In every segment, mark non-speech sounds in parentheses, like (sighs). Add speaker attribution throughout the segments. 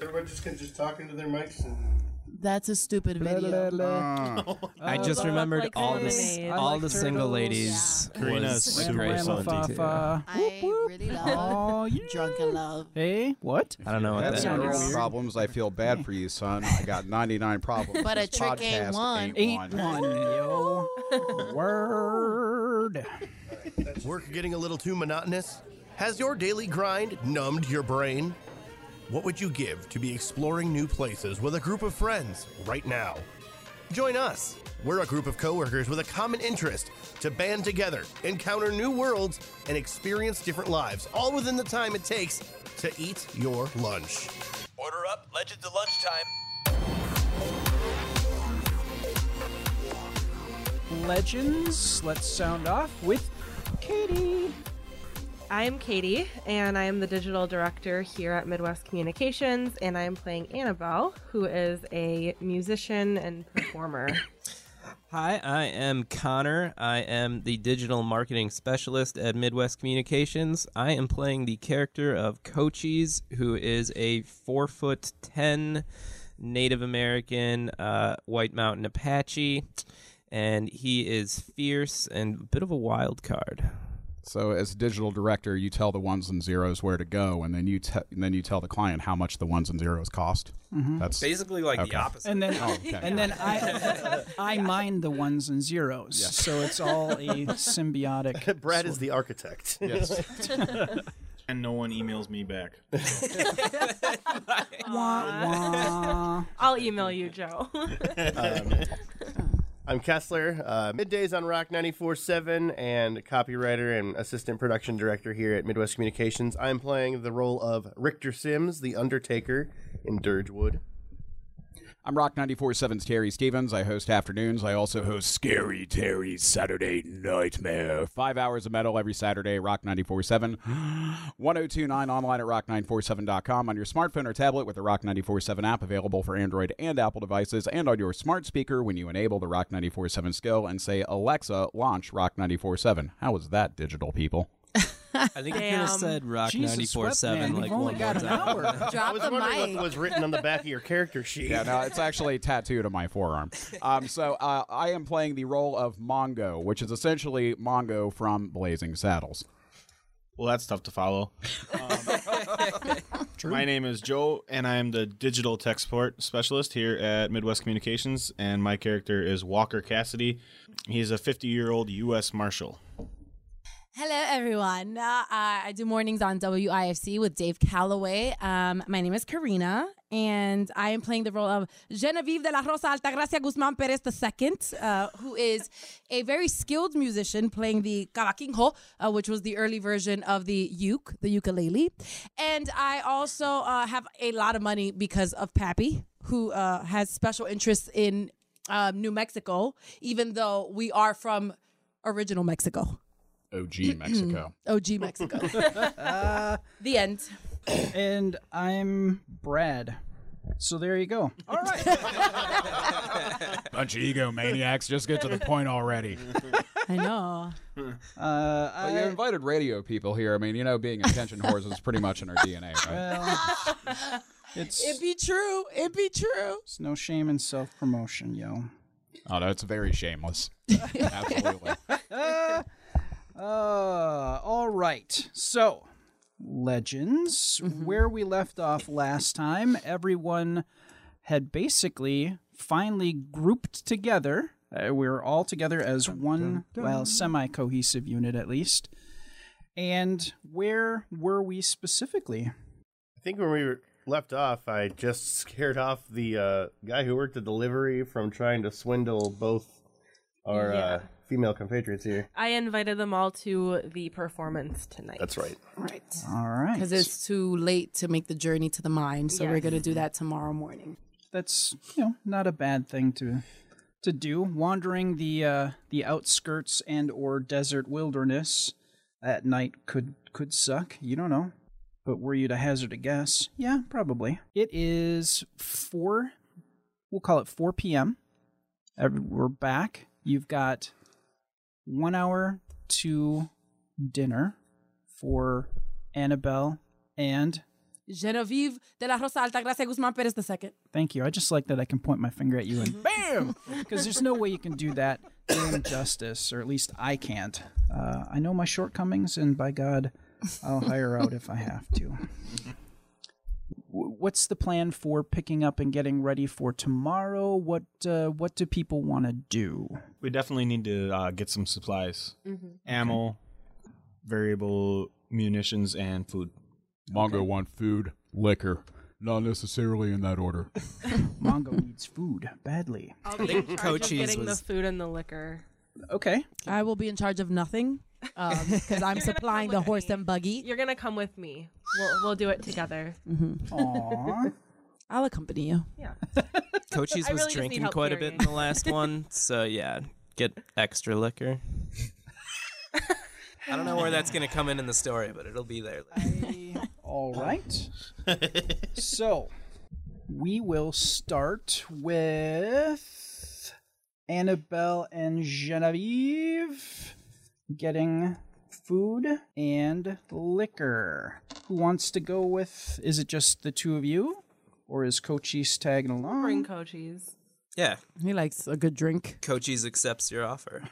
Speaker 1: everyone just can just talk into their mics and
Speaker 2: That's a stupid video.
Speaker 3: Ah, I just
Speaker 4: I
Speaker 3: remembered
Speaker 4: like
Speaker 3: all the s-
Speaker 4: lemonade. I
Speaker 3: all
Speaker 4: like
Speaker 3: the single
Speaker 4: turtles.
Speaker 3: ladies.
Speaker 5: Yeah. Karina
Speaker 3: was
Speaker 5: is super
Speaker 3: great.
Speaker 5: salty.
Speaker 2: I really love
Speaker 6: Oh, you
Speaker 2: drunken love.
Speaker 6: Hey, what?
Speaker 3: I don't know what
Speaker 7: That's
Speaker 3: that
Speaker 4: Sounded
Speaker 7: zero
Speaker 3: is.
Speaker 4: weird.
Speaker 7: problems. I feel bad for you, son. I got 99 problems.
Speaker 2: But a
Speaker 7: This
Speaker 2: trick ain't
Speaker 7: podcast
Speaker 2: one.
Speaker 6: Eight one, yo. Word.
Speaker 5: Work getting a little too monotonous? Has your daily grind numbed your brain? What would you give to be exploring new places with a group of friends right now? Join us. We're a group of coworkers with a common interest to band together, encounter new worlds, and experience different lives, all within the time it takes to eat your lunch.
Speaker 8: Order up, Legends of Lunchtime.
Speaker 6: Legends. Let's sound off with Katie.
Speaker 4: I'm Katie, and I am the digital director here at Midwest Communications, and I'm playing Annabelle, who is a musician and performer.
Speaker 3: Hi, I am Connor. I am the digital marketing specialist at Midwest Communications. I am playing the character of Cochise, who is a four foot ten Native American uh, White Mountain Apache, and he is fierce and a bit of a wild card.
Speaker 7: So, as digital director, you tell the ones and zeros where to go, and then you te- and then you tell the client how much the ones and zeros cost. That's
Speaker 3: Basically, like
Speaker 7: Okay.
Speaker 3: the opposite.
Speaker 6: And then
Speaker 7: okay.
Speaker 6: and then I (laughs) I mind the ones and zeros. So it's all a
Speaker 3: (laughs)
Speaker 6: symbiotic
Speaker 5: Brad is the architect.
Speaker 7: yes.
Speaker 9: and no one emails me back.
Speaker 6: wah,
Speaker 4: (coughs) I'll email you, Joe. (laughs)
Speaker 5: I'm Kessler, uh, middays on Rock 94.7, and copywriter and assistant production director here at Midwest Communications. I'm playing the role of Richter Sims, the Undertaker, in Dirgewood.
Speaker 7: I'm Rock 94.7's Terry Stevens. I host afternoons. I also host Scary Terry's Saturday Nightmare. Five hours of metal every Saturday, Rock (gasps) 94.7. 1029 online at rock947.com on your smartphone or tablet with the Rock 94.7 app available for Android and Apple devices and on your smart speaker when you enable the Rock 94.7 skill and say, Alexa, launch Rock 94.7. How is that, digital people?
Speaker 3: I think you could have
Speaker 4: Damn.
Speaker 3: said Rock
Speaker 6: Jesus,
Speaker 3: ninety four
Speaker 6: Webman,
Speaker 3: seven
Speaker 6: you've
Speaker 3: like
Speaker 6: only
Speaker 3: one more
Speaker 6: got an
Speaker 3: time. (laughs)
Speaker 6: hour.
Speaker 5: I
Speaker 2: Drop
Speaker 5: was
Speaker 10: Oh,
Speaker 2: the
Speaker 5: wondering
Speaker 2: mic.
Speaker 5: what was written on the back of your character sheet.
Speaker 7: Yeah, no, it's actually tattooed on my forearm. Um, so uh, I am playing the role of Mongo, which is essentially Mongo from Blazing Saddles.
Speaker 9: Well, that's tough to follow. Um, my name is Joe, and I am the digital tech support specialist here at Midwest Communications, and my character is Walker Cassidy. He's a 50 year old U.S. Marshal.
Speaker 10: Hello, everyone. Uh, uh, I do mornings on WIFC with Dave Calloway. Um, my name is Karina, and I am playing the role of Genevieve de la Rosa Altagracia Guzman Perez II, uh, who is a very skilled musician playing the cavaquinho, uh, which was the early version of the uke, the ukulele. And I also uh, have a lot of money because of Pappy, who uh, has special interests in um, New Mexico, even though we are from original Mexico.
Speaker 7: OG Mexico.
Speaker 10: OG Mexico. (laughs) the end.
Speaker 6: And I'm Brad. So there you go. All right.
Speaker 7: Bunch of egomaniacs. Just get to the point already.
Speaker 10: I know.
Speaker 6: Uh,
Speaker 7: But you invited radio people here. I mean, you know, being attention whores is pretty much in our DNA, right?
Speaker 6: Well, it's,
Speaker 10: It be true. It be true.
Speaker 6: it's no shame in self promotion, yo.
Speaker 7: Oh, no, it's very shameless. Absolutely.
Speaker 6: Uh, all right. So, Legends, where we left off last time, everyone had basically finally grouped together. Uh, we were all together as one, well, semi cohesive unit at least. And where were we specifically?
Speaker 5: I think when we were left off, I just scared off the uh, guy who worked the delivery from trying to swindle both our uh, female compatriots here.
Speaker 4: I invited them all to the performance tonight.
Speaker 5: That's right.
Speaker 10: Right.
Speaker 6: All right.
Speaker 10: Because it's too late to make the journey to the mind, so we're gonna do that tomorrow morning.
Speaker 6: that's you know not a bad thing to to do wandering the uh the outskirts and or desert wilderness at night could could suck you don't know but were you to hazard a guess yeah probably it is 4 we'll call it 4 p.m Every- we're back you've got 1 hour to dinner for Annabelle and
Speaker 10: Genevieve de la Rosa Altagracia Guzman Perez II.
Speaker 6: Thank you. I just like that I can point my finger at you and bam! Because there's no way you can do that doing justice, or at least I can't. Uh, I know my shortcomings, and by God, I'll hire out if I have to. W- What's the plan for picking up and getting ready for tomorrow? What uh, What do people want to do?
Speaker 9: We definitely need to uh, get some supplies,
Speaker 6: Mhm.
Speaker 9: ammo, variable munitions, and food.
Speaker 7: Mongo want food, liquor, not necessarily in that order.
Speaker 6: Mongo needs food badly.
Speaker 4: I'll
Speaker 5: (laughs)
Speaker 4: be in charge of getting the food and the liquor.
Speaker 6: Okay.
Speaker 10: I will be in charge of nothing because (laughs) I'm supplying the horse and buggy.
Speaker 4: You're gonna come with me. We'll we'll do it together.
Speaker 6: Aww.
Speaker 10: I'll accompany you.
Speaker 4: Yeah.
Speaker 3: Cochise
Speaker 4: I
Speaker 3: was
Speaker 4: really just need
Speaker 3: drinking
Speaker 4: help
Speaker 3: quite a bit in the last one, so yeah, get extra liquor. I don't know where that's going to come in in the story, but it'll be there.
Speaker 6: All right. so we will start with Annabelle and Genevieve getting food and liquor. Who wants to go with? Is it just the two of you? Or is Cochise tagging along?
Speaker 4: (laughs) Bring coaches.
Speaker 3: Yeah.
Speaker 10: He likes a good drink.
Speaker 3: Cochise accepts your offer.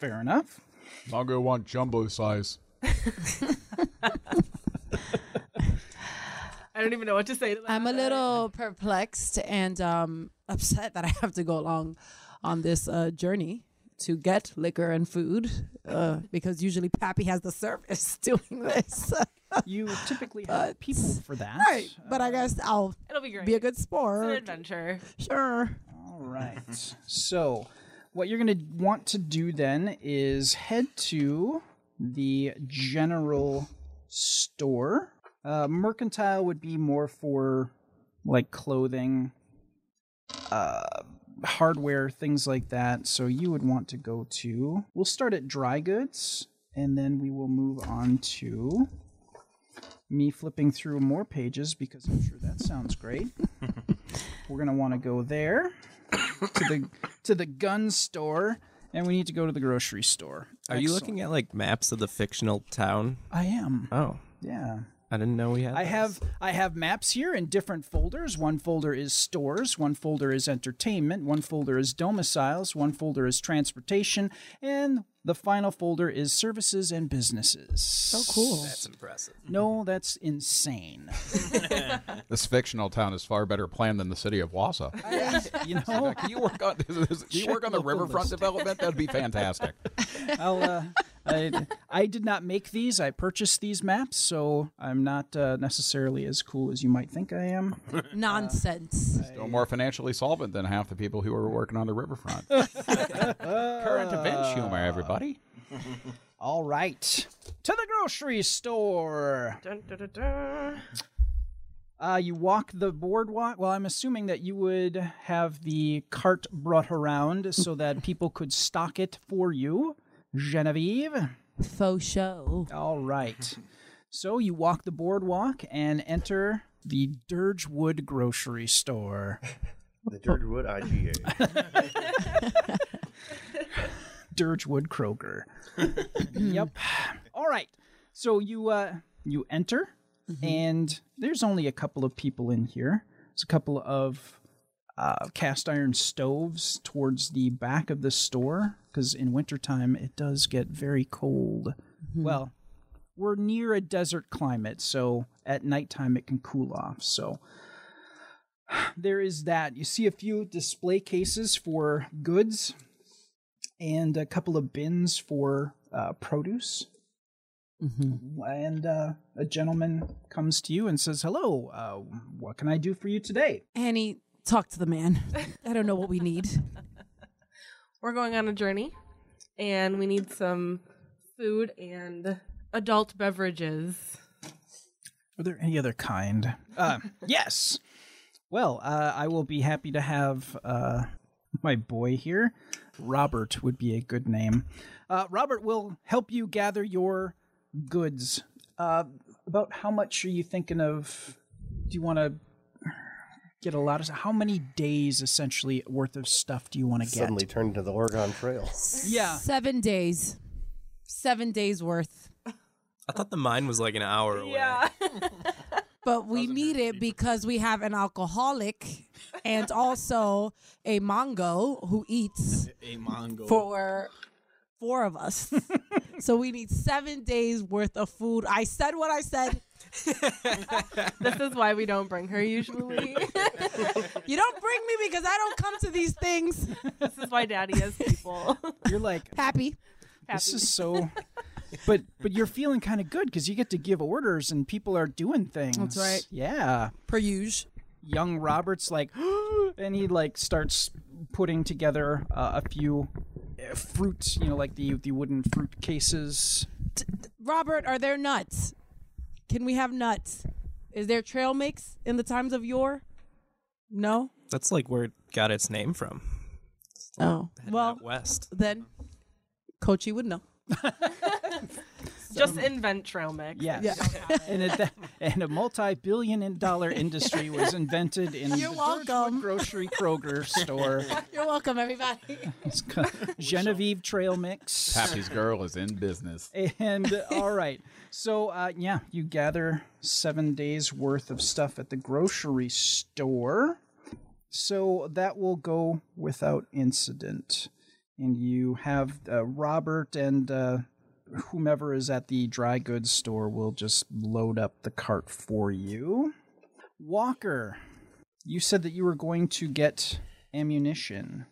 Speaker 6: Fair enough.
Speaker 7: Mongo want jumbo size.
Speaker 4: I don't even know what to say to that.
Speaker 10: I'm a little perplexed and um, upset that I have to go along on this uh, journey to get liquor and food uh, because usually Pappy has the service (laughs) doing this.
Speaker 6: You typically have people for that.
Speaker 10: (laughs) right, but I guess I'll
Speaker 4: It'll be great.
Speaker 10: be a good
Speaker 4: It's an
Speaker 10: sport.
Speaker 4: adventure.
Speaker 10: Sure.
Speaker 6: All right. so, what you're going to want to do then is head to the general store. Uh, mercantile would be more for like clothing, uh, hardware, things like that. So, you would want to go to. We'll start at dry goods and then we will move on to me flipping through more pages because I'm sure that sounds
Speaker 3: (laughs)
Speaker 6: great. We're gonna want to go there to the to the gun store, and we need to go to the grocery store.
Speaker 3: Are you looking at like maps of the fictional town?
Speaker 6: I am.
Speaker 3: Oh,
Speaker 6: Yeah.
Speaker 3: I didn't know we had.
Speaker 6: I
Speaker 3: those.
Speaker 6: have I have maps here in different folders. One folder is stores, one folder is entertainment, one folder is domiciles, one folder is transportation, and the final folder is services and businesses. So cool.
Speaker 3: That's impressive.
Speaker 6: No, that's insane.
Speaker 7: This fictional town is far better planned than the city of Wausau.
Speaker 6: You know,
Speaker 7: Can (laughs) you work on (laughs) this? Can you work on the
Speaker 6: local list.
Speaker 7: riverfront development? That'd
Speaker 6: (laughs)
Speaker 7: be fantastic.
Speaker 6: I'll, uh, I, I did not make these. I purchased these maps, so I'm not uh, necessarily as cool as you might think I am.
Speaker 10: Nonsense.
Speaker 7: Still more financially solvent than half the people who are working on the
Speaker 6: (laughs)
Speaker 7: riverfront. Current event humor, everybody.
Speaker 6: All right, to the grocery store.
Speaker 4: Dun, dun, dun, dun.
Speaker 6: Uh, you walk the boardwalk. Well, I'm assuming that you would have the cart brought around so that people could stock it for you, Genevieve.
Speaker 10: Faux show.
Speaker 6: All right. So you walk the boardwalk and enter the Dirgewood grocery store.
Speaker 1: The Dirtwood IGA.
Speaker 6: Dirgewood Kroger. yep. (sighs) All right. So you uh you enter and there's only a couple of people in here. There's a couple of uh, cast iron stoves towards the back of the store because in wintertime it does get very cold. Well, we're near a desert climate, so at nighttime it can cool off. So (sighs) there is that. You see a few display cases for goods and a couple of bins for uh, produce. And uh, a gentleman comes to you and says, "Hello, uh, what can I do for you today?"
Speaker 10: Annie, talk to the man. I don't know what we need.
Speaker 4: We're going on a journey, and we need some food and adult beverages.
Speaker 6: Are there any other kind?
Speaker 10: (laughs)
Speaker 6: Uh, yes. Well, uh, I will be happy to have uh, my boy here. Robert would be a good name. Uh, Robert will help you gather your goods. Uh, about how much are you thinking of? Do you want to get a lot of? How many days essentially worth of stuff do you want to get?
Speaker 1: Suddenly turned to the Oregon Trail.
Speaker 6: Yeah.
Speaker 10: Seven days. Seven days worth.
Speaker 3: I thought the mine was like an hour away. Yeah.
Speaker 10: but we need it because we have an alcoholic and also a Mongo who eats
Speaker 9: A Mongo.
Speaker 10: for four of us. so we need seven days worth of food. I said what I said.
Speaker 4: This is why we don't bring her usually.
Speaker 10: You don't bring me because I don't come to these things.
Speaker 4: this is why Daddy is people.
Speaker 10: (laughs)
Speaker 6: You're like,
Speaker 10: Happy.
Speaker 6: this is so. (laughs) But but you're feeling kind of good because you get to give orders and people are doing things.
Speaker 10: That's right.
Speaker 6: Yeah.
Speaker 10: Per usual.
Speaker 6: Young Robert's like, (gasps) and he like starts putting together uh, a few uh, fruit, you know, like the the wooden fruit cases.
Speaker 10: Robert, are there nuts? Can we have nuts? Is there trail mix in the times of yore? No.
Speaker 3: That's like where it got its name from.
Speaker 10: Oh. Well,
Speaker 3: Out west.
Speaker 10: then Kochi would know.
Speaker 4: Just invent trail mix.
Speaker 6: Yes. and a, and a multi-billion dollar industry was invented in
Speaker 10: You're
Speaker 6: the
Speaker 10: welcome.
Speaker 6: grocery Kroger store.
Speaker 10: You're welcome, everybody.
Speaker 6: It's called Genevieve Trail Mix.
Speaker 7: Pappy's girl is in business.
Speaker 6: (laughs) And uh, all right, so uh, yeah, you gather seven days worth of stuff at the grocery store. So that will go without incident, and you have uh, Robert and uh, whomever is at the dry goods store will just load up the cart for you. Walker, you said that you were going to get ammunition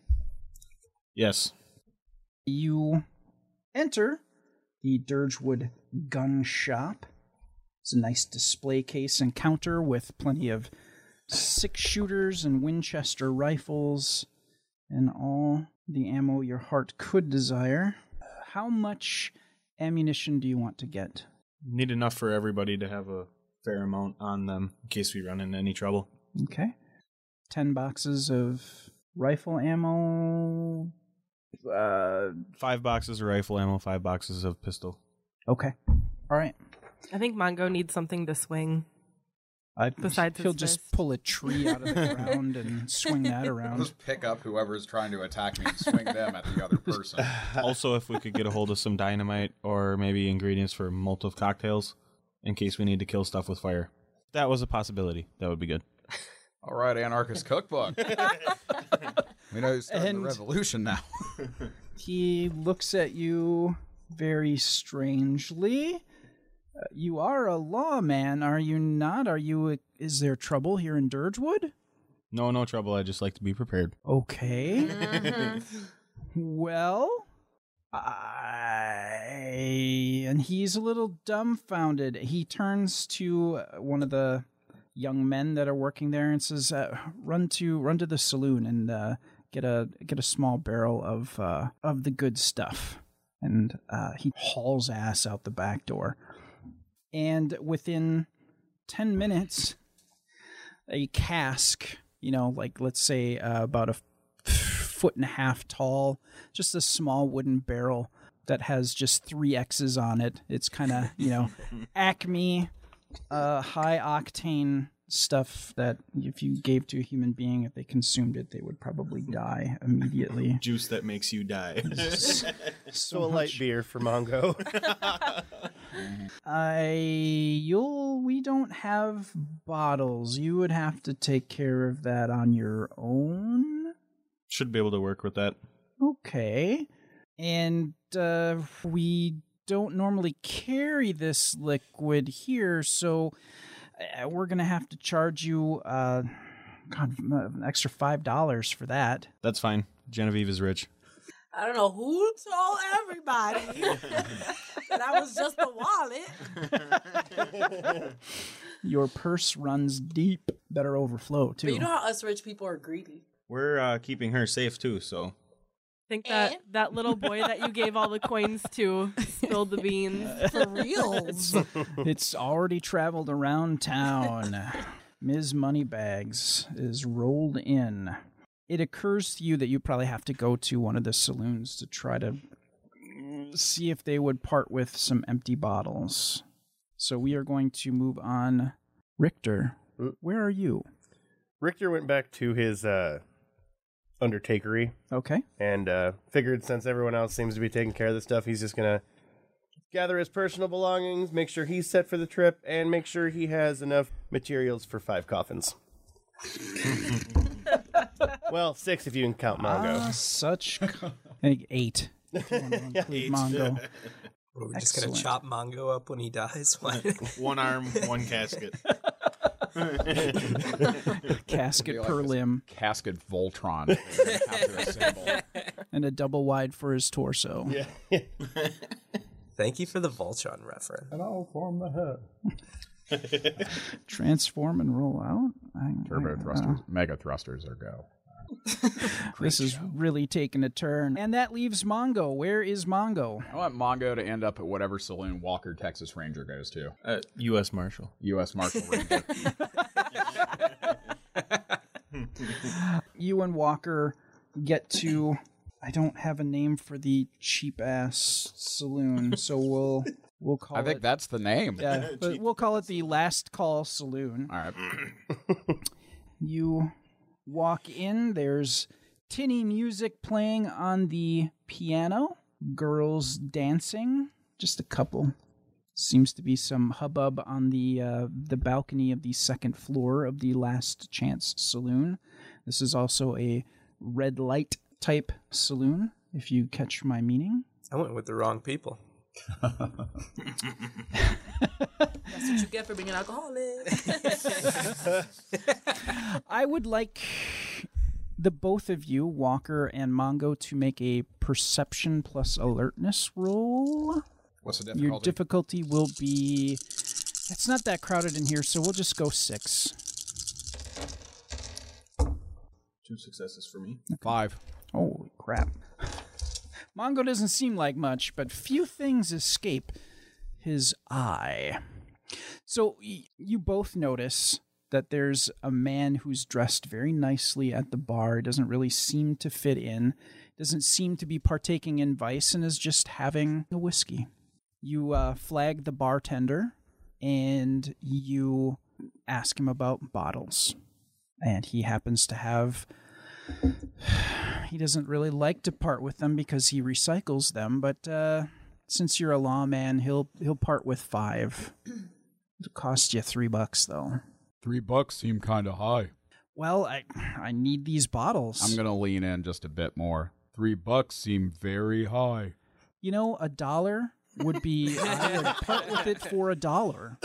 Speaker 9: Yes.
Speaker 6: you enter the Dirgewood gun shop. It's a nice display case and counter with plenty of six shooters and Winchester rifles and all the ammo your heart could desire. How much ammunition do you want to get?
Speaker 9: Need enough for everybody to have a fair amount on them in case we run into any trouble.
Speaker 6: Okay. 10 boxes of rifle ammo. Uh,
Speaker 9: Five boxes of rifle ammo, five boxes of pistol.
Speaker 6: okay. All right.
Speaker 4: I think Mongo needs something to swing.
Speaker 6: I,
Speaker 4: Besides his
Speaker 6: he'll just
Speaker 4: fist.
Speaker 6: pull a tree out of
Speaker 4: (laughs)
Speaker 6: the ground and swing that around.
Speaker 7: Just pick up whoever's trying to attack me and swing them at the other (laughs) person.
Speaker 9: also, if we could get a hold (laughs) of some dynamite or maybe ingredients for multiple cocktails in case we need to kill stuff with fire. If That was a possibility. That would be good.
Speaker 7: All right,
Speaker 6: (laughs)
Speaker 7: Anarchist Cookbook. we know who's starting
Speaker 6: And-
Speaker 7: the revolution now.
Speaker 6: He looks at you very strangely. Uh, you are a lawman, are you not? Are you? is there trouble here in Dirgewood?
Speaker 9: No, no trouble. I just like to be prepared.
Speaker 6: Okay. well, I. And he's a little dumbfounded. He turns to uh, one of the young men that are working there and says, uh, "Run to run to the saloon and uh, get a get a small barrel of uh, of the good stuff." And uh, he hauls ass out the back door. And within ten minutes, a cask, you know, like let's say uh, about a f- foot and a half tall, just a small wooden barrel that has just three X's on it. It's kind of,
Speaker 1: (laughs)
Speaker 6: you know, acme, uh, high octane stuff that if you gave to a human being, if they consumed it, they
Speaker 1: (laughs)
Speaker 6: would probably die immediately.
Speaker 9: Juice that makes you die.
Speaker 1: So a light beer for Mongo.
Speaker 6: I you'll we don't have bottles. You would have to take care of that on your own.
Speaker 9: (laughs) Should be able to work with that.
Speaker 6: Okay. And uh, we don't normally carry this liquid here, so uh, we're going to have to charge you uh, God, an extra $5 for that.
Speaker 9: That's fine. Genevieve is rich.
Speaker 10: I don't know who told everybody that I was just a wallet.
Speaker 6: Your purse runs deep. Better overflow, too.
Speaker 11: But you know how us rich people are greedy.
Speaker 9: We're uh, keeping her safe
Speaker 6: (laughs)
Speaker 9: too, so
Speaker 4: think that that little boy that you gave all the coins to spilled the (laughs) beans.
Speaker 10: For
Speaker 11: (laughs)
Speaker 10: reals.
Speaker 6: (laughs) it's already traveled around town. Ms. Moneybags is rolled in. It occurs to you that you probably have to go to one of the saloons to try to see if they would part with some empty bottles. So we are going to move on. Richter, where are you?
Speaker 1: Richter went back to his uh, undertakery
Speaker 6: Okay.
Speaker 1: and uh, figured since everyone else seems to be taking care of this stuff, he's just gonna gather his personal belongings, make sure he's set for the trip, and make sure he has enough materials for five (laughs) coffins. well, six if you can count Mongo.
Speaker 6: Ah, such. I think eight. if you wanna include Mongo.
Speaker 3: We're just gonna
Speaker 6: Excellent.
Speaker 3: chop Mongo up when he dies. (laughs) Why-
Speaker 9: one arm, one casket.
Speaker 6: Casket per limb.
Speaker 7: Casket (laughs) Voltron.
Speaker 6: and a double wide for his torso.
Speaker 1: Yeah.
Speaker 3: Thank you for the Voltron reference.
Speaker 12: And I'll form the hut.
Speaker 6: Transform and roll out. I-
Speaker 7: Turbo
Speaker 6: I-
Speaker 7: thrusters, mega thrusters are go.
Speaker 6: This is really taking a turn. And that leaves Mongo. Where is Mongo?
Speaker 7: I want Mongo to end up at whatever saloon Walker, Texas Ranger goes to.
Speaker 9: Uh, U.S. Marshal.
Speaker 6: (laughs)
Speaker 7: U.S. Marshal Ranger.
Speaker 6: you and Walker get to. I don't have a name for the cheap ass saloon, so we'll we'll call
Speaker 7: (laughs) I think
Speaker 6: it.
Speaker 7: that's the name. (laughs)
Speaker 6: Yeah, but we'll call it the Last Call Saloon.
Speaker 7: All right.
Speaker 6: You walk in, there's tinny music playing on the piano, girls dancing, just a couple. Seems to be some hubbub on the uh, the balcony of the second floor of the Last Chance Saloon. This is also a red light type saloon, if you catch my meaning.
Speaker 3: I went with the wrong people.
Speaker 11: That's what you get for being an alcoholic.
Speaker 6: I would like the both of you, Walker and Mongo, to make a perception plus alertness roll.
Speaker 7: What's the
Speaker 6: Your
Speaker 7: difficulty?
Speaker 6: difficulty will be. It's not that crowded in here, so we'll just go six.
Speaker 9: Two successes for me.
Speaker 7: (laughs) Five.
Speaker 6: Holy crap. Mongo doesn't seem like much, but few things escape his eye. So y- you both notice that there's a man who's dressed very nicely at the bar, doesn't really seem to fit in, doesn't seem to be partaking in vice, and is just having a whiskey. You uh, flag the bartender and you ask him about bottles. And he happens to have he doesn't really like to part with them because he recycles them. But uh, since you're a lawman, he'll he'll part with five. It'll cost you three bucks though.
Speaker 7: Three bucks seem kind of high.
Speaker 6: Well, I I need these bottles.
Speaker 7: I'm gonna lean in just a bit more. Three bucks seem very high.
Speaker 6: You know, a dollar would be
Speaker 7: (laughs)
Speaker 6: I would part with it for a dollar.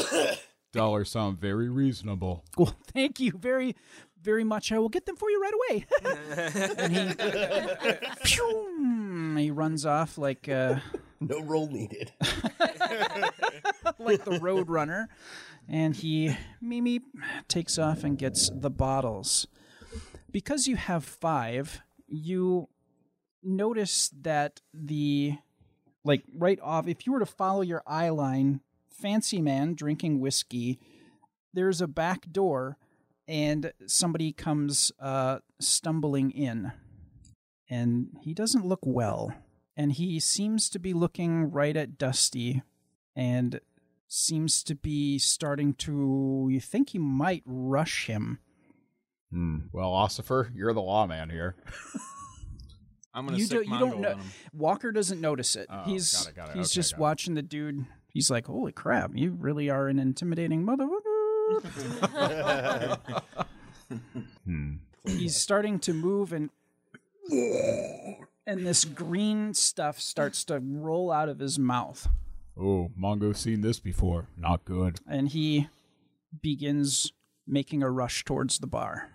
Speaker 7: Dollars sound very reasonable.
Speaker 6: Well, thank you very very much. I will get them for you right away. (laughs) and
Speaker 7: (laughs)
Speaker 6: he, (laughs) Phew, he runs off like uh,
Speaker 1: no roll needed.
Speaker 6: like the Road Runner, and he Mimi takes off and gets the bottles. Because you have five, you notice that the like right off, if you were to follow your eye line, fancy man drinking whiskey, there's a back door, and somebody comes uh, stumbling in, and he doesn't look well. And he seems to be looking right at Dusty, and seems to be starting to you think he might rush him
Speaker 7: Hmm. Well, Ossifer, you're the lawman here.
Speaker 9: I'm
Speaker 6: you, do, you don't know walker doesn't notice it
Speaker 7: Oh,
Speaker 6: he's
Speaker 7: got it, got it.
Speaker 6: he's
Speaker 7: Okay,
Speaker 6: just
Speaker 7: got it.
Speaker 6: watching the dude he's like holy crap you really are an intimidating motherfucker he's starting to move and and this green stuff starts to roll out of his mouth
Speaker 7: Oh, Mongo's seen this before. Not good.
Speaker 6: and he begins making a rush towards the bar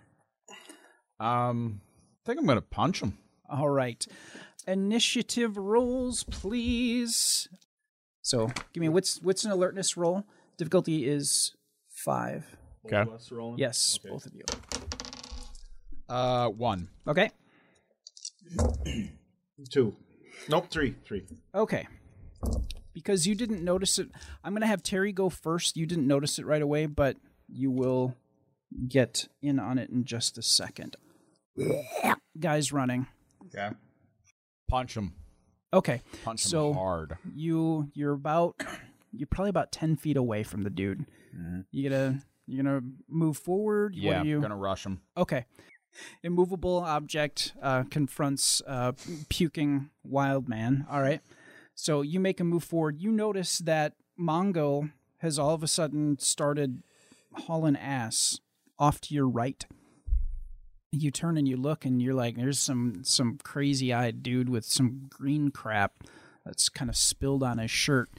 Speaker 7: Um, I think I'm gonna punch him.
Speaker 6: All right. Initiative rolls, please. So give me what's what's an alertness roll? Difficulty is five.
Speaker 7: Okay.
Speaker 6: Yes, both of you.
Speaker 7: Uh, one.
Speaker 6: Okay.
Speaker 9: Two. Nope, three. Three.
Speaker 6: Okay. Because you didn't notice it, I'm gonna have Terry go first. You didn't notice it right away, but you will get in on it in just a second. Guys running.
Speaker 7: Okay. Punch him.
Speaker 6: Okay.
Speaker 7: Punch him
Speaker 6: so
Speaker 7: hard.
Speaker 6: You you're about you're probably about ten feet away from the dude. You gonna you gonna move forward? What
Speaker 7: Yeah,
Speaker 6: do you
Speaker 7: gonna rush him.
Speaker 6: Okay. Immovable object uh, confronts uh, puking wild man. All right. So you make a move forward. You notice that Mongo has all of a sudden started hauling ass off to your right. You turn and you look and you're like, there's some some crazy eyed dude with some green crap that's kind of spilled on his shirt.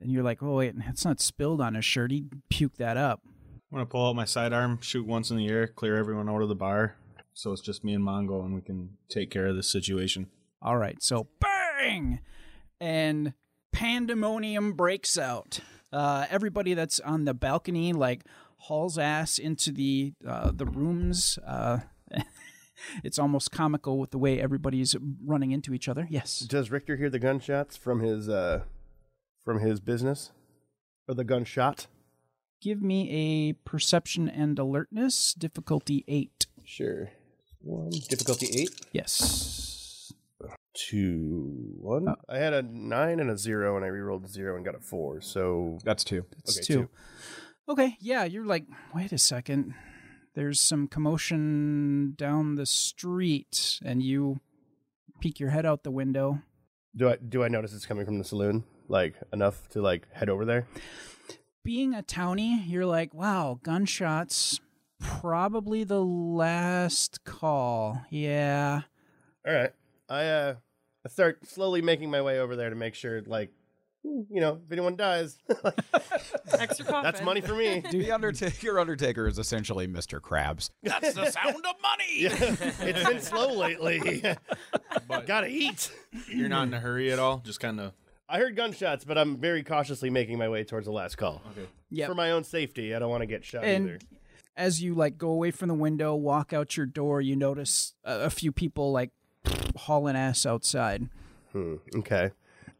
Speaker 6: And you're like, oh wait, it's not spilled on his shirt. He puked that up.
Speaker 9: I'm gonna pull out my sidearm, shoot once in the air, clear everyone out of the bar, so it's just me and Mongo, and we can take care of this situation.
Speaker 6: All right, so bang, and pandemonium breaks out. Uh, everybody that's on the balcony like hauls ass into the uh, the rooms. Uh, (laughs) it's almost comical with the way everybody's running into each other. Yes.
Speaker 1: (laughs) Does Richter hear the gunshots from his uh from his business? Or the gunshot?
Speaker 6: Give me a perception and alertness difficulty eight.
Speaker 1: Sure. One difficulty eight?
Speaker 6: Yes.
Speaker 1: Two one. I had a nine and a zero and I rerolled the zero and got a four, so
Speaker 7: That's two.
Speaker 6: That's two. Okay, yeah, you're like, wait a second. There's some commotion down the street, and you peek your head out the window.
Speaker 1: Do I do I notice it's coming from the saloon? Like enough to like head over there?
Speaker 6: Being a townie, you're like, wow, gunshots. Probably the last call. Yeah.
Speaker 1: All right. I uh I start slowly making my way over there to make sure like you know, if anyone dies,
Speaker 4: extra
Speaker 1: That's money for (laughs) me.
Speaker 7: the Undertaker. Your Undertaker is essentially Mr. Krabs.
Speaker 8: That's the sound of money.
Speaker 1: it's been slow lately. Gotta eat.
Speaker 9: You're not in a hurry at all. Just kind of.
Speaker 1: I heard gunshots, but I'm very cautiously making my way towards the last call. Okay.
Speaker 6: Yep.
Speaker 1: For my own safety, I don't want to get shot
Speaker 6: and
Speaker 1: either.
Speaker 6: as you like go away from the window, walk out your door, you notice a, a few people like hauling ass outside.
Speaker 1: Hmm. Okay.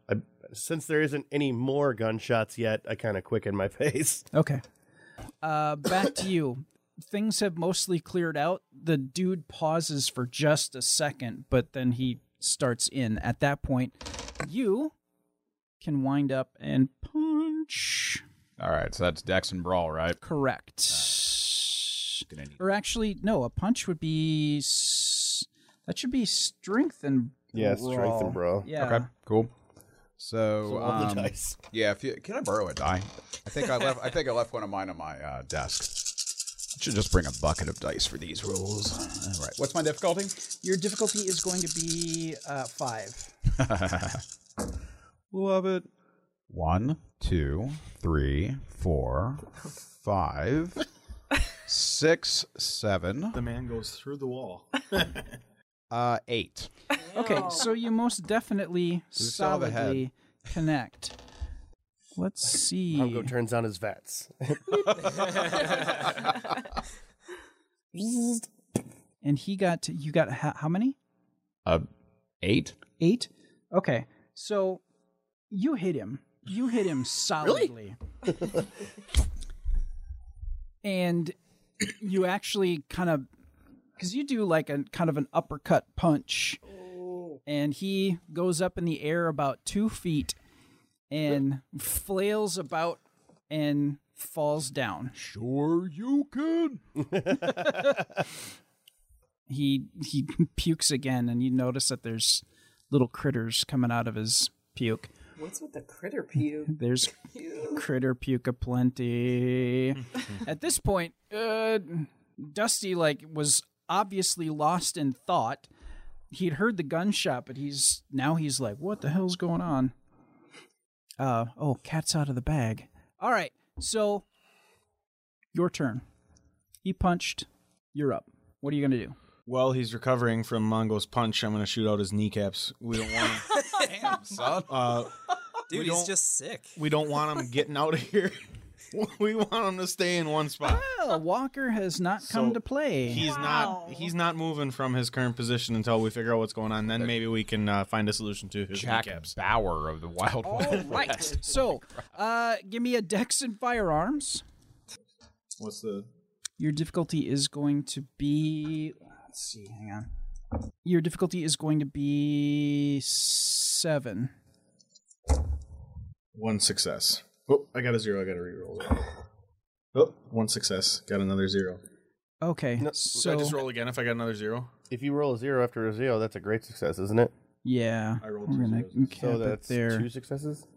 Speaker 1: I, since there isn't any more gunshots yet, I kind of quicken
Speaker 5: (laughs)
Speaker 1: my pace.
Speaker 6: Okay. Uh, back to you. Things have mostly cleared out. The dude pauses for just a second, but then he starts in. At that point, you can wind up and punch.
Speaker 7: All right, so that's Dex and Brawl, right?
Speaker 6: Correct. Or actually, no, a punch would be. S- that should be strength and.
Speaker 1: Yeah, strength and brawl.
Speaker 6: Yeah.
Speaker 7: Okay. Cool. So,
Speaker 6: So roll the
Speaker 7: um,
Speaker 6: dice.
Speaker 7: yeah, if you can I borrow a die? I think I left. I think I left one of mine on my uh, desk. I should just bring a bucket of dice for these rules. All right. What's my difficulty? (laughs)
Speaker 6: Your difficulty is going to be uh, five.
Speaker 7: Love it. One, two, three, four, five, six, seven.
Speaker 9: The man goes through the wall. (laughs)
Speaker 7: Uh, eight.
Speaker 6: Okay, so you most definitely
Speaker 7: We still have a head.
Speaker 6: solidly connect. Let's see.
Speaker 1: Mongo turns on his vats.
Speaker 6: and he got to, you got how, how many?
Speaker 7: Uh, eight.
Speaker 6: Eight. Okay, so you hit him. You hit him solidly, and you actually kind of because you do like a kind of an uppercut punch, and he goes up in the air about two feet and flails about and falls down.
Speaker 7: Sure, you can.
Speaker 6: (laughs) he he pukes again, and you notice that there's little critters coming out of his puke.
Speaker 11: What's with the critter puke?
Speaker 6: (laughs) There's critter puke (laughs) aplenty. At this point, uh, Dusty like was obviously lost in thought. He'd heard the gunshot, but he's now he's like, "What the hell's going on?" Uh oh, cat's out of the bag. All right, so your turn. He punched. You're up. What are you gonna do?
Speaker 9: While he's recovering from Mongo's punch, I'm gonna shoot out his kneecaps. We don't want (laughs) him.
Speaker 7: Damn, son.
Speaker 9: Uh,
Speaker 3: Dude,
Speaker 9: we
Speaker 3: he's
Speaker 9: don't-
Speaker 3: just sick.
Speaker 9: We don't want him getting out of here. (laughs) we want him to stay in one spot.
Speaker 6: Well, Walker has not come
Speaker 9: So,
Speaker 6: to play.
Speaker 9: He's not. He's not moving from his current position until we figure out what's going on. Then maybe we can uh, find a solution to his
Speaker 7: Jack
Speaker 9: kneecaps.
Speaker 7: Bauer of the Wild
Speaker 6: All right. (laughs) So, uh, give me a dex and firearms.
Speaker 9: What's the?
Speaker 6: Your difficulty is going to be. Let's see. Hang on. Your difficulty is going to be seven.
Speaker 9: One success. Oh, I got a zero. I got to reroll it. Oh, one success. Got another zero.
Speaker 6: Okay.
Speaker 9: So I
Speaker 6: so
Speaker 9: just roll again if I got another zero.
Speaker 1: If you roll a zero after a zero, that's a great success, isn't it?
Speaker 6: Yeah.
Speaker 5: I rolled
Speaker 6: we're
Speaker 5: two
Speaker 6: gonna cap
Speaker 5: So
Speaker 6: it
Speaker 5: that's
Speaker 6: there.
Speaker 5: two successes.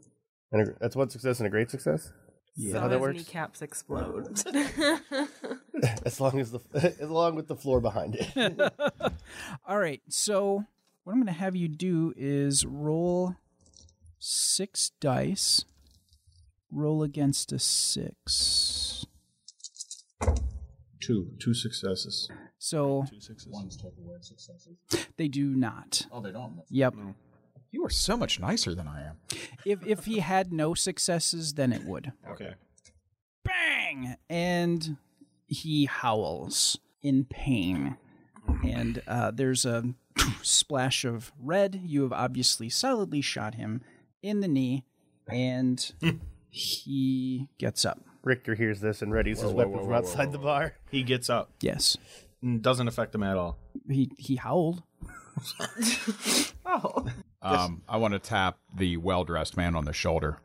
Speaker 5: And a, that's one success and a great success. Is that
Speaker 4: So
Speaker 5: how that
Speaker 4: his
Speaker 5: works?
Speaker 4: kneecaps explode.
Speaker 5: as
Speaker 1: (laughs)
Speaker 5: long as the (laughs) as long with the floor behind it.
Speaker 6: All right. So what I'm going to have you do is roll six dice. Roll against a six.
Speaker 9: Two. Two successes.
Speaker 6: So
Speaker 9: Two successes. One's take away successes.
Speaker 6: they do not.
Speaker 7: Oh, they don't?
Speaker 6: Yep.
Speaker 7: You are so much nicer than I am.
Speaker 6: If if he had no successes, then it would.
Speaker 7: Okay.
Speaker 6: Bang! And he howls in pain. And uh, there's a (clears throat) splash of red. You have obviously solidly shot him in the knee,
Speaker 9: Hmm.
Speaker 6: and he gets up.
Speaker 5: Richter hears this and readies his
Speaker 9: whoa,
Speaker 5: weapon
Speaker 9: whoa,
Speaker 5: from
Speaker 9: whoa,
Speaker 5: outside
Speaker 9: whoa,
Speaker 5: the bar.
Speaker 9: He gets up.
Speaker 6: Yes.
Speaker 9: Doesn't affect him at all.
Speaker 6: He he howled.
Speaker 7: Um, I want to tap the well dressed man on the shoulder.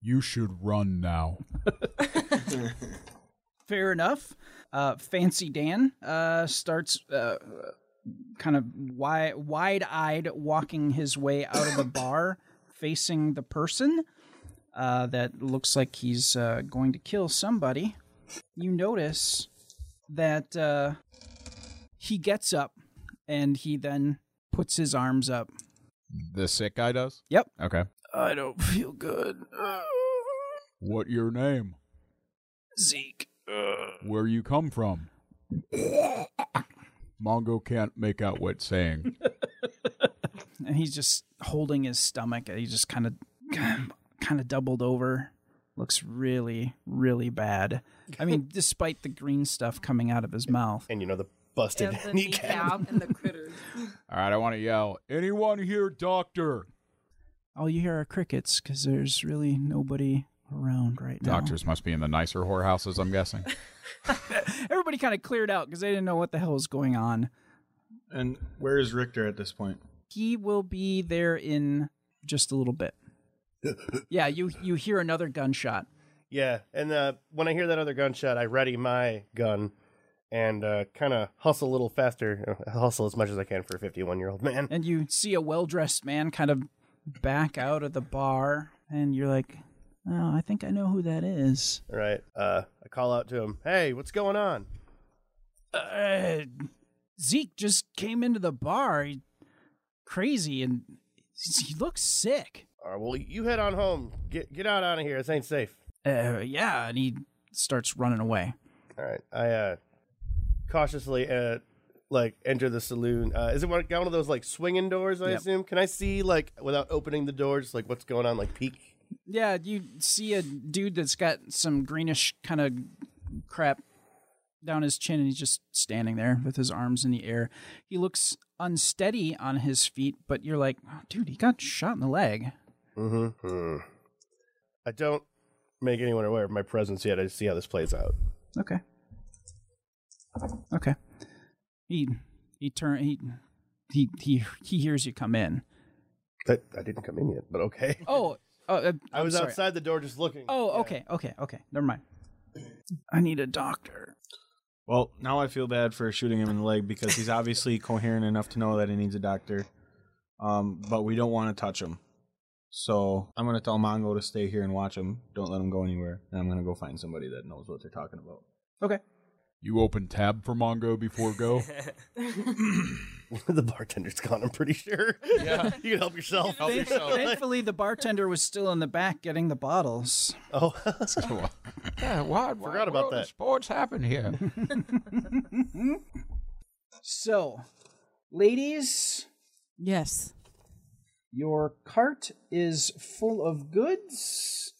Speaker 7: You should run now.
Speaker 6: Fair enough. Uh, Fancy Dan uh, starts uh, kind of wi- wide eyed walking his way out of the (coughs) bar, facing the person uh, that looks like he's uh, going to kill somebody. You notice that uh, he gets up and he then puts his arms up.
Speaker 7: The sick guy does?
Speaker 6: Yep.
Speaker 7: Okay.
Speaker 6: I don't feel good. (sighs)
Speaker 7: What your name?
Speaker 6: Zeke.
Speaker 7: Where you come (laughs) from? Mongo can't make out what saying.
Speaker 6: and he's just holding his stomach. He just kind (clears throat) of kind of doubled over. Looks really, really bad. I mean, despite the green stuff coming out of his mouth,
Speaker 5: and you know the busted (laughs)
Speaker 4: The (laughs) kneecap and the (laughs) critters.
Speaker 7: (laughs) All right, I want to yell, anyone here, doctor?
Speaker 6: All you hear are crickets because there's really nobody around right now.
Speaker 7: Doctors must be in the nicer whorehouses, I'm (laughs) guessing.
Speaker 6: Everybody kind of cleared out because they didn't know what the hell was going on.
Speaker 9: And where is Richter at this point?
Speaker 6: He will be there in just a little bit. yeah, you you hear another gunshot.
Speaker 5: Yeah, and uh, when I hear that other gunshot, I ready my gun and uh, kind of hustle a little faster, uh, hustle as much as I can for a 51 year old man.
Speaker 6: and you see a well-dressed man kind of back out of the bar and you're like oh i think i know who that is
Speaker 5: All right, uh, I call out to him, "Hey, what's going on?"
Speaker 6: uh, zeke just came into the bar he, crazy and he looks sick
Speaker 5: All right, well, you head on home. Get get out out of here. This ain't safe.
Speaker 6: uh, yeah and he starts running away
Speaker 5: All right, I uh, cautiously uh, like enter the saloon. Uh, is it one, got one of those like swinging doors? I
Speaker 6: Yep.
Speaker 5: assume. Can I see like without opening the doors, like what's going on? Like peek.
Speaker 6: yeah you see a dude that's got some greenish kind of crap down his chin and he's just standing there with his arms in the air he looks unsteady on his feet but you're like oh, dude he got shot in the leg
Speaker 5: Mm-hmm. I don't make anyone aware of my presence yet. I just see how this plays out.
Speaker 6: Okay. Okay. He he turn he he he he hears you come in.
Speaker 5: I, I didn't come in yet, but (laughs) okay.
Speaker 6: Oh, oh uh,
Speaker 5: I
Speaker 6: I'm
Speaker 5: was
Speaker 6: sorry.
Speaker 5: outside the door just looking.
Speaker 6: Oh, okay, okay, okay. Never mind. I need a doctor.
Speaker 9: Well, now I feel bad for shooting him in the leg because he's obviously (laughs) coherent enough to know that he needs a doctor. Um, but we don't want to touch him. So I'm gonna tell Mongo to stay here and watch him. Don't let him go anywhere. And I'm gonna go find somebody that knows what they're talking about.
Speaker 6: Okay.
Speaker 7: You open tab for Mongo before go.
Speaker 5: (laughs) the bartender's gone. I'm pretty sure. Yeah, (laughs) you can help yourself.
Speaker 7: Help
Speaker 5: (laughs)
Speaker 7: yourself.
Speaker 6: Thankfully, the bartender was still in the back getting the bottles.
Speaker 5: Oh,
Speaker 7: (laughs)
Speaker 5: (laughs)
Speaker 7: yeah, why? why
Speaker 5: Forgot about
Speaker 7: world
Speaker 5: that.
Speaker 7: of Sports happen here.
Speaker 6: So, ladies,
Speaker 13: Yes.
Speaker 6: your cart is full of goods.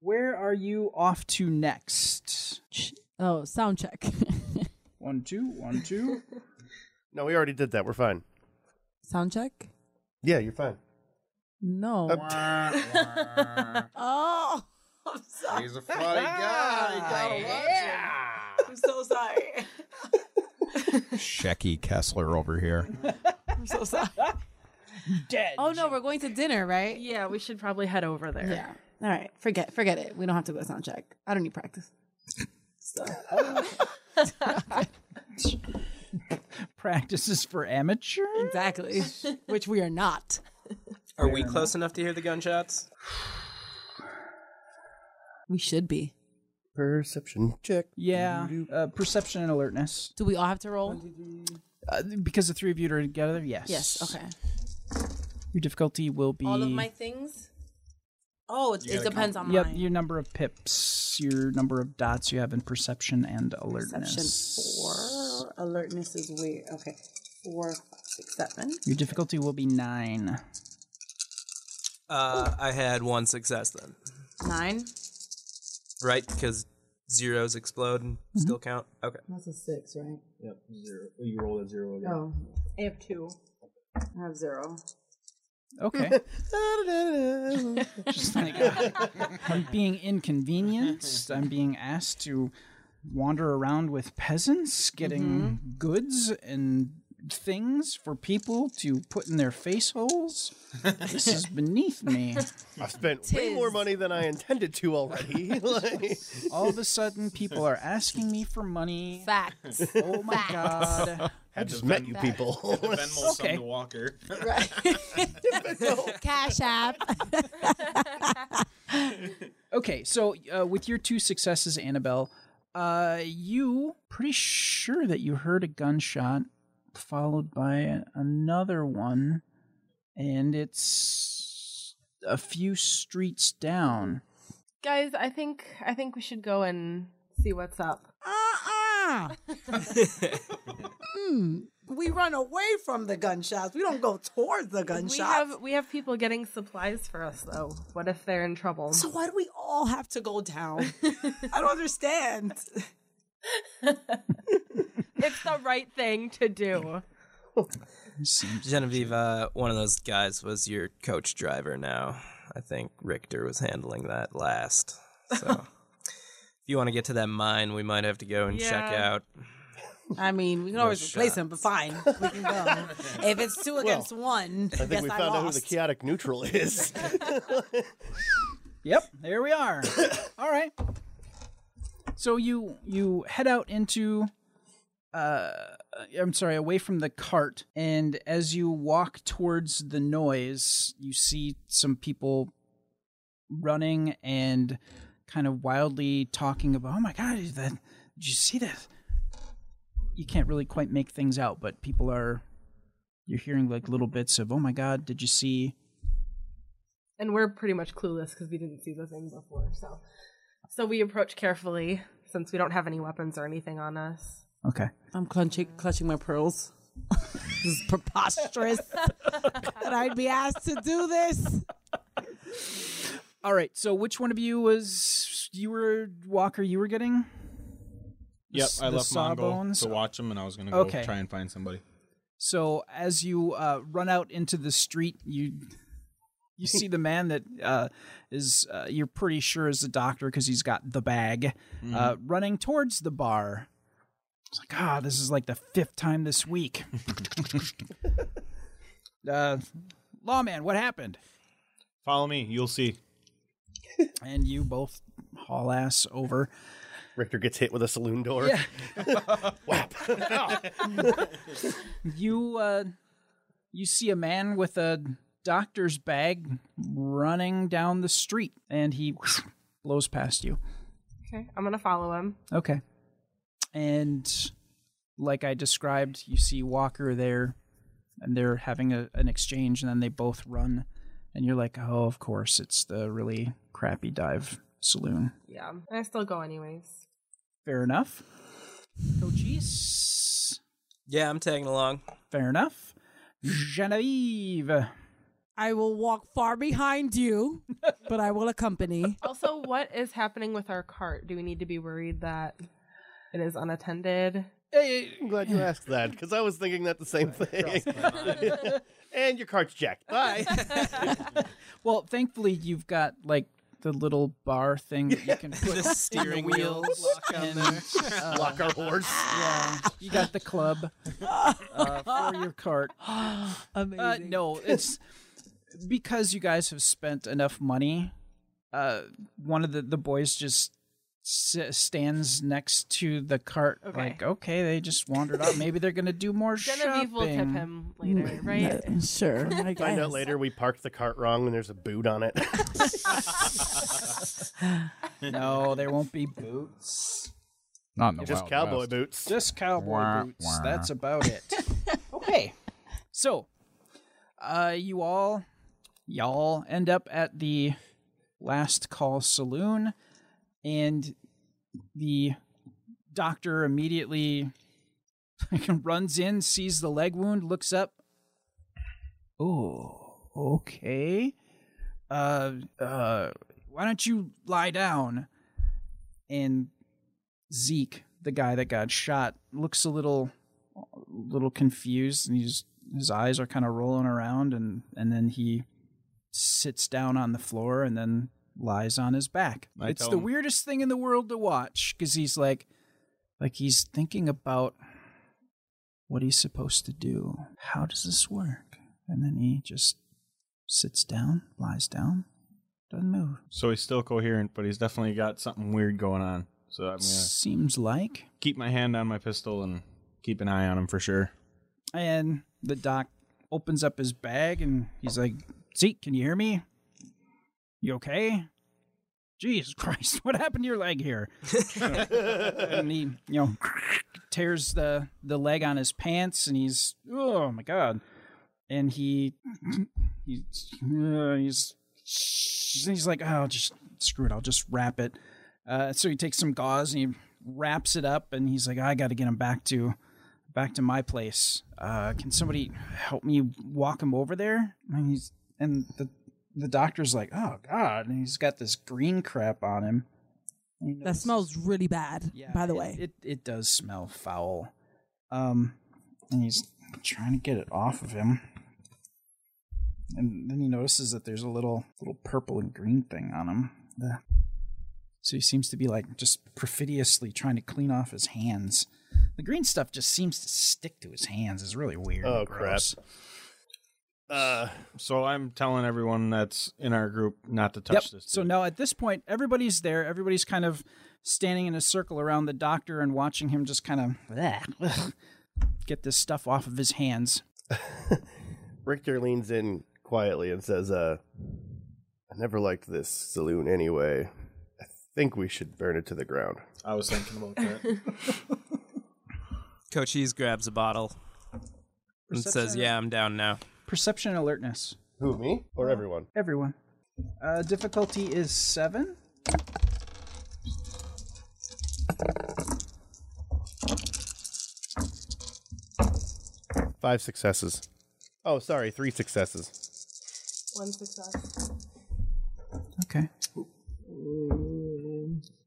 Speaker 6: Where are you off to next?
Speaker 10: Oh, sound check. (laughs)
Speaker 6: One, two, one, two.
Speaker 5: no, we already did that. We're fine.
Speaker 10: sound check?
Speaker 5: Yeah, you're fine.
Speaker 10: No. oh, I'm sorry.
Speaker 7: He's a funny guy.
Speaker 10: I'm so sorry.
Speaker 7: Shecky Kessler over here.
Speaker 10: I'm so sorry.
Speaker 6: (laughs) Dead.
Speaker 10: Oh no, we're going to dinner, right?
Speaker 4: yeah, we should probably head over there.
Speaker 10: Yeah. All right. Forget forget it. We don't have to go sound check. I don't need practice.
Speaker 6: Practices for amateur.
Speaker 10: (laughs) Exactly. Which we are not.
Speaker 3: Are we close enough to hear the gunshots?
Speaker 10: We should be.
Speaker 1: Perception check.
Speaker 6: Yeah. Uh, perception and alertness.
Speaker 10: Do we all have to roll?
Speaker 6: Uh, because the three of you are together, yes.
Speaker 10: Yes. Okay.
Speaker 6: Your difficulty will be.
Speaker 10: All of my things. Oh, it, it depends on
Speaker 6: Yep,
Speaker 10: mine.
Speaker 6: your number of pips, your number of dots you have in perception and alertness.
Speaker 11: Perception four. Alertness is weird. Okay. Four, five, six, seven.
Speaker 6: Your difficulty will be nine.
Speaker 3: Uh, I had one success then,
Speaker 10: Nine.
Speaker 3: right? Because zeros explode and still count. Okay.
Speaker 11: That's a six, right?
Speaker 9: Yep, zero. You roll a zero again.
Speaker 11: No. I have two. I have zero.
Speaker 6: Okay. Just like, uh, I'm being inconvenienced. I'm being asked to wander around with peasants, getting goods and things for people to put in their face holes. this is beneath me.
Speaker 1: I've spent way more money than I intended to already.
Speaker 11: (laughs)
Speaker 1: Like-
Speaker 6: All of a sudden, people are asking me for money.
Speaker 11: (laughs)
Speaker 10: Facts.
Speaker 6: Oh my
Speaker 10: Facts.
Speaker 6: god!
Speaker 1: I just met you people.
Speaker 9: Venmo some
Speaker 6: Okay.
Speaker 9: to Walker.
Speaker 10: Cash app.
Speaker 6: Okay, so uh, with your two successes, Annabelle, uh, you pretty sure that you heard a gunshot followed by a- another one, and it's a few streets down.
Speaker 4: Guys, I think I think we should go and see what's up.
Speaker 11: Uh-uh. Mm. (laughs) We run away from the gunshots. We don't go towards the gunshots.
Speaker 4: We have we have people getting supplies for us though. What if they're in trouble?
Speaker 11: So why do we all have to go
Speaker 10: (laughs)
Speaker 11: down? I don't understand.
Speaker 4: (laughs) it's the right thing to do.
Speaker 3: Genevieve, uh, one of those guys was your coach driver now. I think Richter was handling that last. So if you want to get to that mine, we might have to go and check
Speaker 11: Yeah.
Speaker 3: out.
Speaker 11: I mean, we can
Speaker 3: No
Speaker 11: always replace
Speaker 3: shot.
Speaker 11: him, but fine, we can go. (laughs) if it's two against one,
Speaker 1: I
Speaker 11: I
Speaker 1: think
Speaker 11: guess
Speaker 1: we
Speaker 11: I
Speaker 1: found out who the
Speaker 11: lost.
Speaker 1: chaotic
Speaker 11: (laughs)
Speaker 1: neutral is.
Speaker 6: Yep, there we are. (coughs) All right. So you you head out into uh I'm sorry, away from the cart and as you walk towards the noise, you see some people running and kind of wildly talking about, "Oh my god, is that did you see that?" You can't really quite make things out, but people are you're hearing like little bits of, "Oh my god, did you see?"
Speaker 4: And we're pretty much clueless because we didn't see the thing before. So so we approach carefully since we don't have any weapons or anything on us.
Speaker 6: Okay.
Speaker 11: I'm clutching, clutching my pearls. (laughs) this is preposterous that I'd be asked to do this.
Speaker 6: All right. So which one of you was you were Walker? You were getting
Speaker 9: Yep,
Speaker 6: s-
Speaker 9: I
Speaker 6: the
Speaker 9: left Mongol
Speaker 6: sawbones?
Speaker 9: to watch him, and I was gonna go
Speaker 6: Okay.
Speaker 9: try and find somebody.
Speaker 6: so as you uh, run out into the street, you you see the man that uh, is uh, you're pretty sure is the doctor because he's got the bag uh, running towards the bar. It's like ah, this is like the fifth time this week. (laughs) uh, lawman, what happened?
Speaker 9: Follow me. You'll see.
Speaker 6: And you both haul ass over.
Speaker 1: Richter gets hit with a saloon door.
Speaker 6: Yeah.
Speaker 1: (laughs)
Speaker 6: you uh you see a man with a doctor's bag running down the street and he blows past you
Speaker 4: Okay. I'm gonna follow him.
Speaker 6: okay and like i described you see walker there and they're having a, an exchange and then they both run and you're like oh of course it's the really crappy dive saloon
Speaker 4: Yeah. I still go anyways.
Speaker 6: fair enough coaches
Speaker 3: Yeah, I'm tagging along.
Speaker 6: fair enough genevieve
Speaker 11: I will walk far behind you, but I will accompany.
Speaker 4: Also, (laughs) what is happening with our cart? Do we need to be worried that it is unattended?
Speaker 6: Eh,
Speaker 1: Hey, I'm glad you asked that because I was thinking that the same thing. (laughs) and your cart's
Speaker 11: (laughs)
Speaker 1: jacked. Bye.
Speaker 6: Well, thankfully you've got like the little bar thing that you can put
Speaker 3: (laughs) The steering
Speaker 6: in the
Speaker 3: wheel
Speaker 6: wheels.
Speaker 3: lock on
Speaker 6: and,
Speaker 3: there.
Speaker 6: (laughs) uh,
Speaker 1: Lock our (laughs) horse.
Speaker 6: yeah, you got the club uh, for your
Speaker 4: (gasps)
Speaker 6: cart.
Speaker 11: Amazing.
Speaker 6: Uh, no, it's because you guys have spent enough money. Uh, one of the the boys just s- stands next to the cart.
Speaker 4: Okay.
Speaker 6: Like, okay, they just wandered out. Maybe they're gonna do more
Speaker 4: (laughs) Genevieve
Speaker 6: shopping.
Speaker 4: will tip him later,
Speaker 6: (laughs)
Speaker 4: right? (laughs)
Speaker 1: sure.
Speaker 4: I
Speaker 1: Find
Speaker 4: guess.
Speaker 1: out later we parked the cart wrong and there's a boot on it.
Speaker 6: no, there won't be boots.
Speaker 7: Not in the
Speaker 1: Just
Speaker 7: Wild
Speaker 1: cowboy
Speaker 7: West.
Speaker 1: boots.
Speaker 6: Just cowboy
Speaker 7: Wah,
Speaker 6: boots.
Speaker 7: wah.
Speaker 6: That's about it. okay. So, uh, you all, y'all end up at the last call saloon, and the doctor immediately (laughs) runs in, sees the leg wound, looks up. Oh, okay. Uh, uh, why don't you lie down? And Zeke, the guy that got shot, looks a little little confused and he's his eyes are kind of rolling around and and then he sits down on the floor and then lies on his back.
Speaker 7: I
Speaker 6: it's
Speaker 7: tell
Speaker 6: the
Speaker 7: him-
Speaker 6: weirdest thing in the world to watch cuz he's like like he's thinking about what he's supposed to do. How does this work? And then he just sits down, lies down, doesn't move.
Speaker 9: So he's still coherent, but he's definitely got something weird going on. So I'm gonna
Speaker 6: seems like
Speaker 9: keep my hand on my pistol and keep an eye on him for sure.
Speaker 6: And the doc opens up his bag and he's like, Zeke, can you hear me? You okay? Jesus (laughs) Christ, what happened to your leg here? and he, you know, tears the, the leg on his pants and he's, oh my God. And he, he's, uh, he's, he's like, oh, just screw it, I'll just wrap it. Uh, so he takes some gauze and he wraps it up and he's like, I got to get him back to back to my place. Uh, can somebody help me walk him over there? And he's and the the doctor's like, oh god, and he's got this green crap on him.
Speaker 11: That smells really bad, by the way.
Speaker 6: It it does smell foul. Um, and he's trying to get it off of him. And then he notices that there's a little little purple and green thing on him. Ugh. So he seems to be like just perfidiously trying to clean off his hands. The green stuff just seems to stick to his hands. It's really weird. and
Speaker 9: Oh, crap.
Speaker 6: gross.
Speaker 9: Uh, so I'm telling everyone that's in our group not to
Speaker 6: Yep.
Speaker 9: touch this.
Speaker 6: So now at this point, everybody's there. Everybody's kind of standing in a circle around the doctor and watching him just kind of get this stuff off of his hands.
Speaker 1: Richter leans in quietly and says, uh, I never liked this saloon anyway. I think we should burn it to the ground.
Speaker 9: I was thinking
Speaker 6: (laughs)
Speaker 9: about that.
Speaker 3: Cochise grabs a bottle and says,
Speaker 6: Perception.
Speaker 3: "Yeah, I'm down now."
Speaker 6: Perception and alertness.
Speaker 1: Who, me? Or everyone?
Speaker 6: Everyone. Uh, difficulty is seven.
Speaker 1: Five successes. Oh, sorry, three successes. (laughs)
Speaker 4: One success.
Speaker 6: Okay.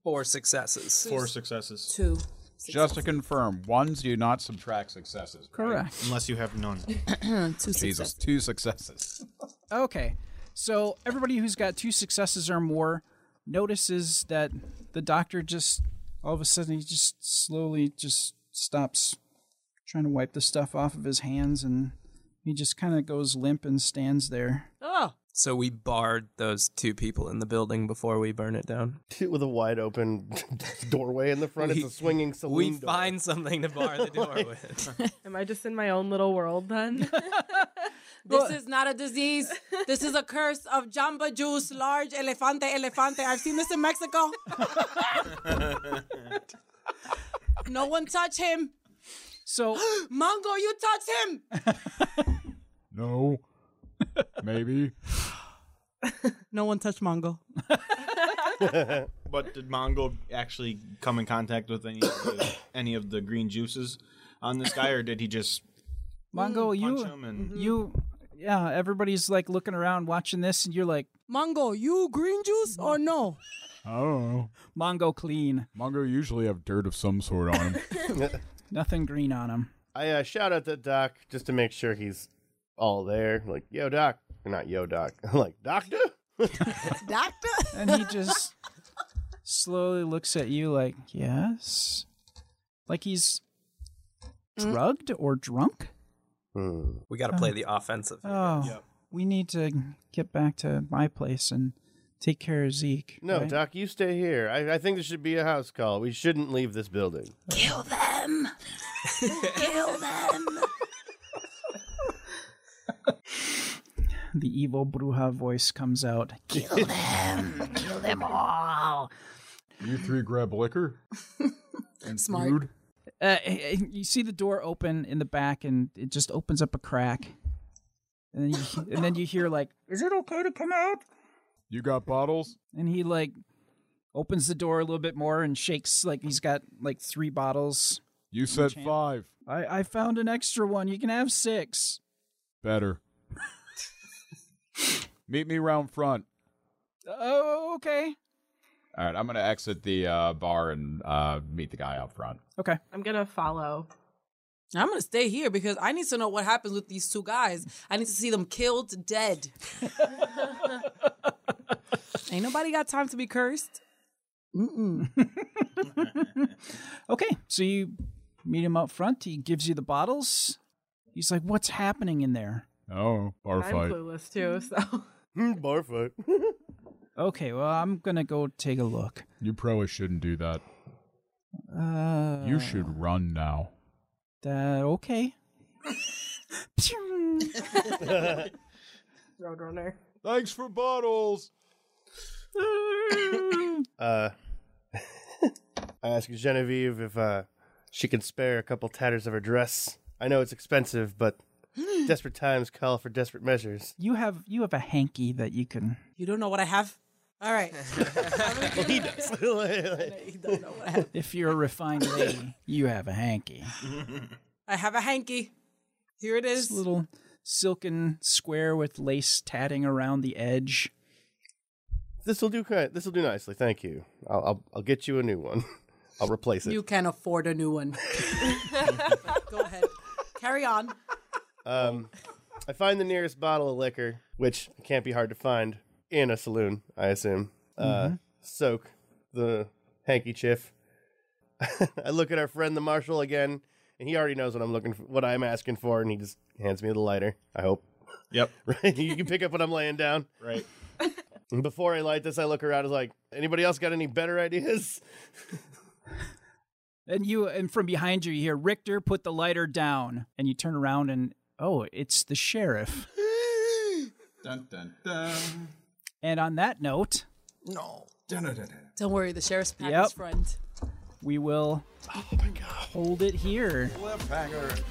Speaker 3: Four successes.
Speaker 9: Four successes.
Speaker 11: Two.
Speaker 7: Just to confirm, ones do not subtract successes. right?
Speaker 6: Correct.
Speaker 9: Unless you have none.
Speaker 11: Two
Speaker 7: Jesus, two successes.
Speaker 6: Okay. So everybody who's got two successes or more notices that the doctor just all of a sudden he just slowly just stops trying to wipe the stuff off of his hands and he just kind of goes limp and stands there.
Speaker 11: Oh.
Speaker 3: So we barred those two people in the building before we burn it down.
Speaker 1: With a wide open (laughs) doorway in the front,
Speaker 3: (laughs) We-
Speaker 1: it's a swinging saloon.
Speaker 3: we
Speaker 1: door.
Speaker 3: find something to bar
Speaker 1: (laughs)
Speaker 3: the door with. (laughs)
Speaker 4: Am I just in my own little world then?
Speaker 10: This is not a disease. This is a curse of Jamba Juice, large elefante, elefante. I've seen this in Mexico. No one touch him.
Speaker 6: So,
Speaker 10: Mongo, you touch him.
Speaker 7: No. (laughs) Maybe.
Speaker 11: No one touched Mongo.
Speaker 9: but did Mongo actually come in contact with any of the, any of the green juices on this guy, or did he just?
Speaker 6: Mongo, you Mm-hmm.
Speaker 9: him and-
Speaker 6: you yeah, everybody's like looking around watching this and you're like,
Speaker 11: Mongo, you green juice or no?
Speaker 7: I don't know.
Speaker 6: "Mongo clean.
Speaker 7: Mongo usually have dirt of some sort on (laughs) him.
Speaker 6: Nothing green on him."
Speaker 1: I uh, shout out to Doc just to make sure he's all there. Like, yo, Doc. Or not yo, Doc. (laughs) I'm like, Doctor?
Speaker 11: Doctor?
Speaker 6: and he just slowly looks at you like, yes? Like he's drugged or drunk?
Speaker 1: Hmm.
Speaker 3: We got to play the offensive.
Speaker 6: Oh, we need to get back to my place and take care of Zeke.
Speaker 1: No,
Speaker 6: right?
Speaker 1: Doc, you stay here. I, I think there should be a house call. We shouldn't leave this building.
Speaker 11: Kill them. Kill them.
Speaker 6: the evil Bruja voice comes out.
Speaker 11: Kill them. Kill them all.
Speaker 12: You three grab liquor
Speaker 6: (laughs)
Speaker 12: and
Speaker 6: Smart.
Speaker 12: food.
Speaker 6: Uh, (laughs) you see the door open in the back, and it just opens up a crack. And then you, and then you hear like, "Is it okay to come out?"
Speaker 12: You got bottles.
Speaker 6: And he like opens the door a little bit more and shakes like he's got like three bottles.
Speaker 12: You said five.
Speaker 6: I I found an extra one. You can have six. (laughs)
Speaker 12: Better. Meet me round front.
Speaker 6: Oh, okay.
Speaker 7: All right, I'm gonna exit the uh, bar and uh, meet the guy out front.
Speaker 6: Okay.
Speaker 10: I'm gonna follow. I'm gonna stay here because I need to know what happens with these two guys. I need to see them killed dead. (laughs) Ain't nobody got time to be cursed.
Speaker 6: Mm-mm. okay, so you meet him out front. He gives you the bottles. He's like, "What's happening in there?"
Speaker 12: Oh, bar
Speaker 4: I'm clueless too, so.
Speaker 1: bar fight.
Speaker 6: Okay, well, I'm gonna go take a look.
Speaker 12: You probably shouldn't do that.
Speaker 6: Uh,
Speaker 12: you should run now.
Speaker 6: Uh, okay.
Speaker 4: Roadrunner.
Speaker 12: Thanks for bottles.
Speaker 1: Uh, I ask Genevieve if uh, she can spare a couple tatters of her dress. I know it's expensive, but desperate times call for desperate
Speaker 6: (laughs)
Speaker 1: measures.
Speaker 6: You have you have a hanky that you can.
Speaker 10: You don't know what I have? All right.
Speaker 1: he does.
Speaker 10: (laughs) he don't know what I have.
Speaker 6: If you're a refined lady, you have a hanky.
Speaker 10: I have a hanky. Here it
Speaker 6: This
Speaker 10: is.
Speaker 6: little silken square with lace tatting around the edge.
Speaker 1: This will do. This will do nicely. Thank you. I'll, I'll I'll get you a new one. (laughs) I'll replace it.
Speaker 10: You can afford a new one. Go ahead. Carry on.
Speaker 1: Um, I find the nearest bottle of liquor, which can't be hard to find in a saloon, I assume. Uh,
Speaker 9: Mm-hmm.
Speaker 6: Mhm.
Speaker 1: Soak the handkerchief. (laughs) I look at our friend the marshal again, and he already knows what I'm looking for, what I'm asking for, and he just hands me the lighter. I hope.
Speaker 9: Yep.
Speaker 1: (laughs) right. You can pick up what I'm laying down.
Speaker 9: Right.
Speaker 1: And (laughs) before I light this, I look around. I was like, anybody else got any better ideas?
Speaker 6: And you and from behind you you hear Richter put the lighter down and you turn around and oh, it's the sheriff.
Speaker 12: Dun dun dun.
Speaker 6: And on that note,
Speaker 12: No. Dun dun dun.
Speaker 10: Don't worry, the sheriff's pack
Speaker 6: Yep.
Speaker 10: is front.
Speaker 6: we will hold it here.
Speaker 12: Cliffhanger.